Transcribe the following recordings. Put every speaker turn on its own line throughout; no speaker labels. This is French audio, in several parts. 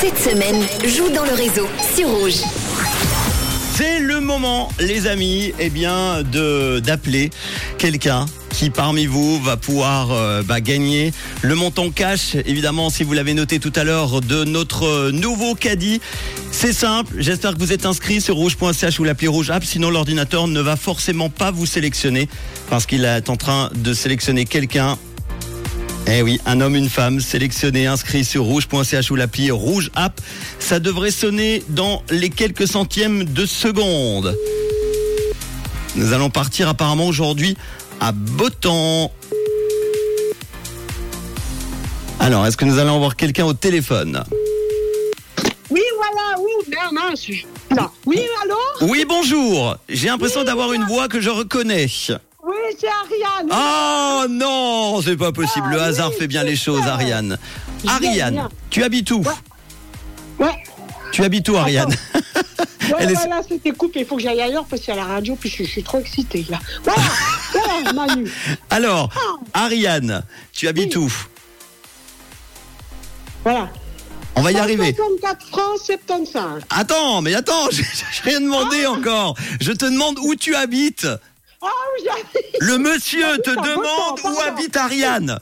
Cette semaine, joue dans le réseau sur Rouge.
C'est le moment, les amis, eh bien, de d'appeler quelqu'un qui parmi vous va pouvoir euh, bah, gagner le montant cash, évidemment, si vous l'avez noté tout à l'heure, de notre euh, nouveau caddie. C'est simple, j'espère que vous êtes inscrit sur rouge.ch ou l'appli rouge app, sinon l'ordinateur ne va forcément pas vous sélectionner parce qu'il est en train de sélectionner quelqu'un eh oui, un homme, une femme sélectionné, inscrit sur rouge.ch ou l'appli Rouge App. Ça devrait sonner dans les quelques centièmes de seconde. Nous allons partir apparemment aujourd'hui à Botan. Alors, est-ce que nous allons avoir quelqu'un au téléphone
Oui, voilà, oui, merde, non, je suis là. Oui, allô
Oui, bonjour. J'ai l'impression d'avoir une voix que je reconnais.
Oui, c'est Ariane.
Oh non, c'est pas possible. Le hasard fait bien les choses, Ariane.
Bien,
Ariane,
bien.
tu habites où
Ouais.
Tu habites où, Ariane
Ouais,
Elle est-
voilà, c'était coupé. Il faut que j'aille ailleurs parce qu'il y a la radio, puis je, je suis trop excitée, là. Voilà, voilà, Manu.
Alors, Ariane, tu habites où
Voilà.
On va y arriver.
64 francs 75.
Attends, mais attends, j'ai j'ai rien demandé encore. Je te demande où tu habites.
Ah, oui, j'arrive.
Le monsieur te
J'habite à
demande
Botan,
où
pardon.
habite Ariane.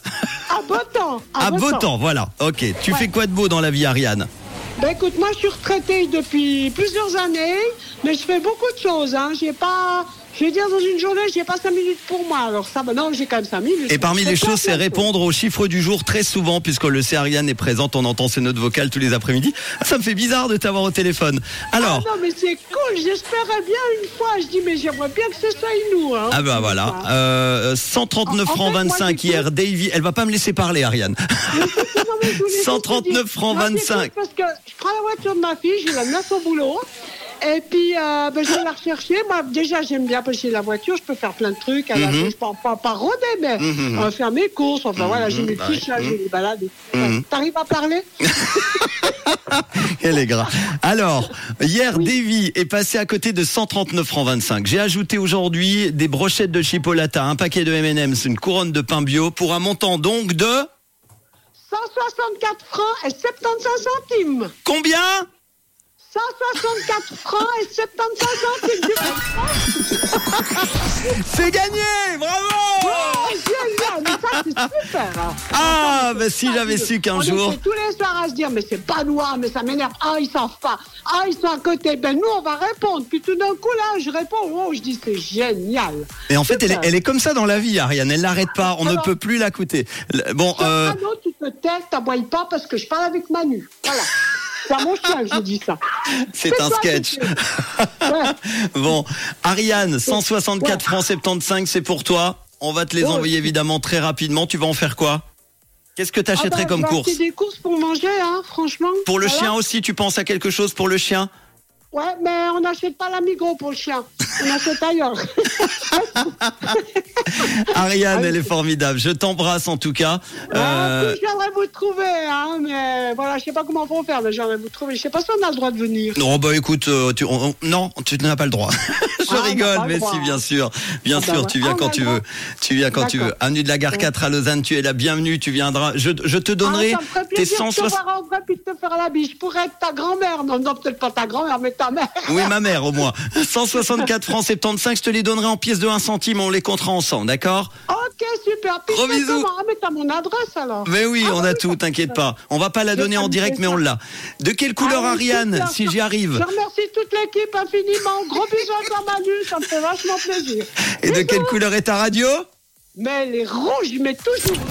À beau temps.
À Botan, voilà. Ok, tu
Ouais.
fais quoi de beau dans la vie, Ariane
Ben écoute, moi, je suis retraitée depuis plusieurs années, mais je fais beaucoup de choses. Hein. J'ai pas. Je vais dire, dans une journée, j'ai pas 5 minutes pour moi. Alors, ça, va- non, j'ai quand même 5 minutes.
Et parmi
Je
les
fais
choses, c'est
plein de choses.
répondre aux chiffres du jour très souvent, puisque le sait, Ariane est présente, on entend ses notes vocales tous les après-midi. Ah, Ça me fait bizarre de t'avoir au téléphone.
Ah
Alors,
non, mais c'est cool, j'espérais bien une fois. Je dis, mais j'aimerais bien que ce soit nous. Hein.
ah bah voilà, euh, 139
En- en
francs
fait, moi,
25
j'écoute-
hier, Davy, elle va pas me laisser parler, Ariane.
Non, mais je voulais juste
139
te dire,
francs
moi,
25.
j'écoute Parce que je prends la voiture de ma fille, je la laisse au boulot. Et puis, euh, ben, je vais la rechercher. Moi, déjà, j'aime bien pêcher la voiture. Je peux faire plein de trucs. à la-
Mhm.
Je ne pas, pas rôder, mais
Mhm.
euh, faire mes courses. Enfin, voilà, j'ai mes
bah
fiches, là,
ouais.
j'ai mes balades.
Mhm.
T'arrives à parler
Elle est grave. Alors, hier, Davy est passé à côté de 139 francs 25. J'ai ajouté aujourd'hui des brochettes de chipolata, un paquet de M&M's, une couronne de pain bio pour un montant donc de
164 francs et 75 centimes.
combien
164 francs et 75 centimes. Tu comprends
C'est gagné Bravo
Ah, génial, mais ça c'est super. hein.
Ah, bah si
Ça,
j'avais
c'est-
su
on
qu'un
était
jour...
tous les soirs à se dire mais c'est pas noir, mais ça m'énerve. Ah ils savent pas. Ah ils sont à côté. Ben nous on va répondre. Puis tout d'un coup là je réponds. Oh je dis c'est génial.
Et en fait, elle est,
Super.
elle est comme ça dans la vie, Ariane. Elle l'arrête pas. On ne
Alors-
peut plus la coûter. Bon, euh,
Ah non tu te tais, t'aboyes pas parce que je parle avec Manu. Voilà. C'est à mon chien que je dis ça.
c'est un
toi,
sketch.
monsieur. Ouais.
Bon, Ariane, 164
Ouais. Oh,
francs 75, c'est pour toi. On va te les
Ouais.
envoyer évidemment très rapidement. Tu vas en faire quoi Qu'est-ce que
Ah
t'achèterais
ben,
comme
bah,
course
C'est des courses pour manger hein franchement.
Pour le
Voilà.
chien aussi, tu penses à quelque chose pour le chien
Ouais mais on n'achète pas la Migros pour le chien. On achète ailleurs.
Ariane,
Ah oui.
elle est formidable. Je t'embrasse en tout cas.
Ah,
Euh,
oui, j'aimerais vous trouver, hein, mais voilà, je sais pas comment faut faire, mais j'aimerais vous trouver. Je sais pas si on a le droit de venir.
Non, bah écoute, euh, tu, on- on- non, tu n'as pas le droit. Je
Ah, on n'a
rigole,
pas le
mais
droit.
si, bien sûr. Bien
Ah, bah
sûr,
ouais.
tu viens
Ah, on
quand
a le
tu
droit.
veux. Tu viens quand tu veux.
D'accord.
Avenue de la Gare
Ouais.
4 à Lausanne, tu es la bienvenue, tu viendras. Je, je te donnerai
ah, ça me ferait
tes
plaisir de
160...
te voir en vrai puis de te faire la biche. Pour être ta grand-mère. Non, non, peut-être pas ta grand-mère, mais ta mère.
Oui, ma mère, au moins. 164 francs 75, je te les donnerai en pièces de 1 centime, on les comptera ensemble, d'accord
Ok, super. Puis
Gros
je sais
bisous.
comment. Ah, mais t'as mon adresse alors.
Mais oui,
Ah,
on
bah
a
oui,
tout,
ça-
t'inquiète pas. On va pas la
Je
donner en
ferai
direct, mais on l'a. De quelle couleur,
Ah oui,
Ariane,
super.
si j'y arrive
Je remercie toute l'équipe infiniment. Gros bisous à toi, Manu. Ça me fait vachement plaisir.
Et de quelle couleur est ta radio
Mais les rouges, mais toujours.